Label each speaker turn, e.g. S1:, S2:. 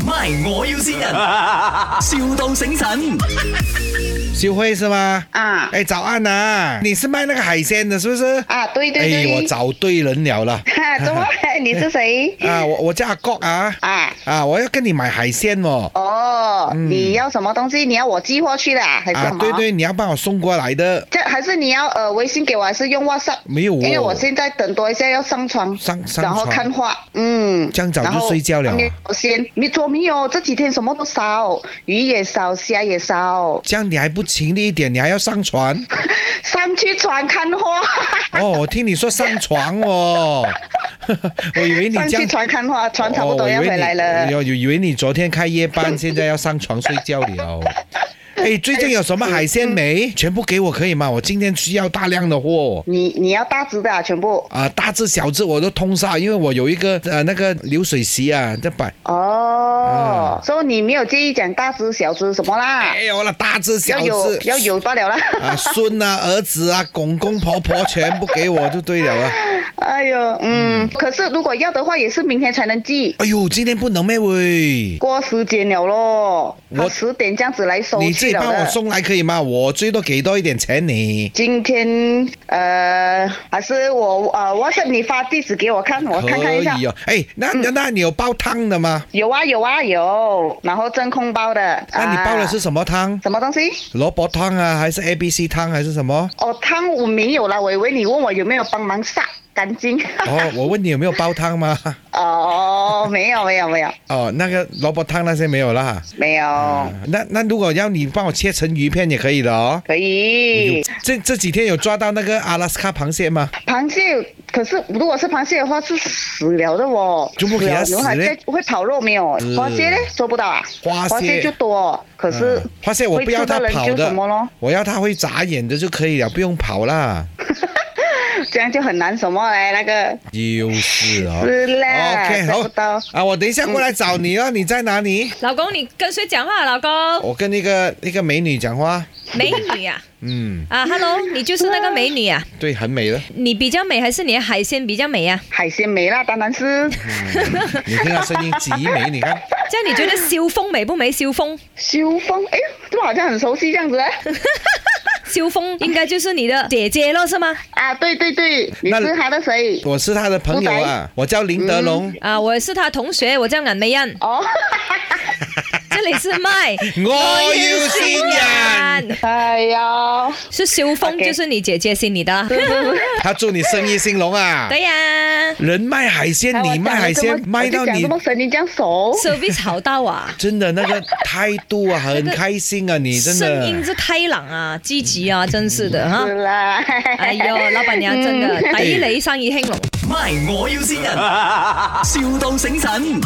S1: My，我要先人，, 笑到醒神。
S2: 修慧是吗？
S3: 啊
S2: 哎，早安啊！你是卖那个海鲜的，是不是？
S3: 啊，对对
S2: 哎，
S3: 对，
S2: 我找对人了啦！
S3: 哈，怎么？ 你是谁？
S2: 啊，我我叫阿国啊
S3: 啊，
S2: 啊，我要跟你买海鲜哦。
S3: 哦，你要什么东西？你要我寄过去的啊还是
S2: 啊
S3: 什，么？
S2: 对对，你要帮我送过来的。
S3: 这还是你要呃微信给我，还是用 WhatsApp？
S2: 没有哦
S3: 因为我现在等多一下要上床，
S2: 上上床
S3: 然后看画，嗯，
S2: 这样早就
S3: 然后
S2: 睡觉了啊
S3: 没有先，你做没有？这几天什么都烧，鱼也烧，虾也烧，
S2: 这样你还不勤力一点，你还要上船
S3: 上去船看花，
S2: 哦？我听你说上床哦， 我以为你
S3: 上
S2: 这
S3: 去
S2: 样哦
S3: 船看花，船差不多要回来了。
S2: 哦我以为你我以为你昨天开夜班，现在要上床睡觉 了。哎，最近有什么海鲜没？全部给我可以吗？我今天需要大量的货。
S3: 你你要大只的啊，全部
S2: 啊、大只小只我都通杀，因为我有一个呃那个流水席啊，在摆。
S3: 哦，所以你没有介意讲大只小只什么啦？
S2: 嗯哎呦了，大只小
S3: 要有
S2: 只
S3: 要有罢了啦。
S2: 啊，孙啊、儿子啊、公公婆婆全部给我就对了啊。
S3: 哎呦，嗯，可是如果要的话，也是明天才能寄，
S2: 哎呦，今天不能咩喂？
S3: 过时间了咯。
S2: 我
S3: 我十点这样子来收
S2: 你自
S3: 去
S2: 己
S3: 了
S2: 帮我
S3: 的。
S2: 送来可以吗？我最多给多一点钱你。
S3: 今天呃，还是我呃，我是你发地址给我看，我看看一下嗯
S2: 可以。哦，哎，那那那你有煲汤的吗？
S3: 有啊有啊有，然后真空包的。
S2: 那你煲的是
S3: 啊
S2: 什么汤？
S3: 什么东西？
S2: 萝卜汤啊，还是 A B C 汤，还是什么？
S3: 哦，汤我没有了，我以为你问我有没有帮忙杀干净。
S2: 哦，我问你有没有煲汤吗？
S3: 哦，没有没有没有
S2: 哦，那个萝卜汤那些没有啦。
S3: 没有，
S2: 那那如果要你帮我切成鱼片也可以的哦。
S3: 可以。
S2: 这这几天有抓到那个阿拉斯卡螃蟹吗？
S3: 螃蟹，可是如果是螃蟹的话是死了的哦，
S2: 就不给它死
S3: 了
S2: 嘞
S3: 牛排会跑肉没有？
S2: 嗯
S3: 花蟹呢？做不到啊，
S2: 花蟹
S3: 就多，可是
S2: 嗯螃蟹我不要它
S3: 会吃
S2: 跑
S3: 人就
S2: 的
S3: 什么咯，
S2: 我要它会眨眼的就可以了，不用跑啦。
S3: 这样就很难什么嘞那个。
S2: 又是哦。
S3: 是啦
S2: OK，
S3: 找不到嗯
S2: 好啊，我等一下过来找你哦，你在哪里？
S4: 老公，你跟谁讲话？老公，
S2: 我跟那个那个美女讲话，
S4: 美女啊！
S2: 嗯，
S4: 啊，Hello，你就是那个美女啊？
S2: 对，很美 的，
S4: 你比较美还是你的海鲜比较美啊？
S3: 海鲜没啦，当然是
S2: 你听她声音极美，你看，
S4: 这样你觉得萧峰美不美？萧峰，
S3: 修风，哎，怎么好像很熟悉这样子啊 嘞？
S4: 萧峰应该就是你的姐姐咯，是吗？
S3: 啊，对对对，你
S2: 那
S3: 是他的谁？
S2: 我是她的朋友啊，我叫林德龙，
S4: 啊，我是她同学，我叫颜美欣，
S3: 哦，
S4: 这里是麦，
S3: 嗯
S2: 我要新人，
S4: 人，
S3: 哎呀，
S4: 是萧峰
S3: OK
S4: 就是你姐姐是你的啦，
S2: 他祝你生意兴隆啊。
S4: 对呀
S2: 人卖海鲜，
S3: 哎我
S2: 你卖海
S3: 讲
S2: 鲜
S3: 得这么
S2: 卖到
S3: 我就讲
S2: 你
S3: 这么神，你这样熟，
S4: ，service 好到啊，
S2: 真的那个态度 啊，很开心啊，你真
S4: 声音
S2: 的。
S4: 是开朗啊，积极啊，真是的哈
S3: 是。啦。 嗯
S4: 哎呦，老板娘真的
S2: 嗯
S4: 抵你生意兴隆。
S1: My，我要先人，,笑到醒神。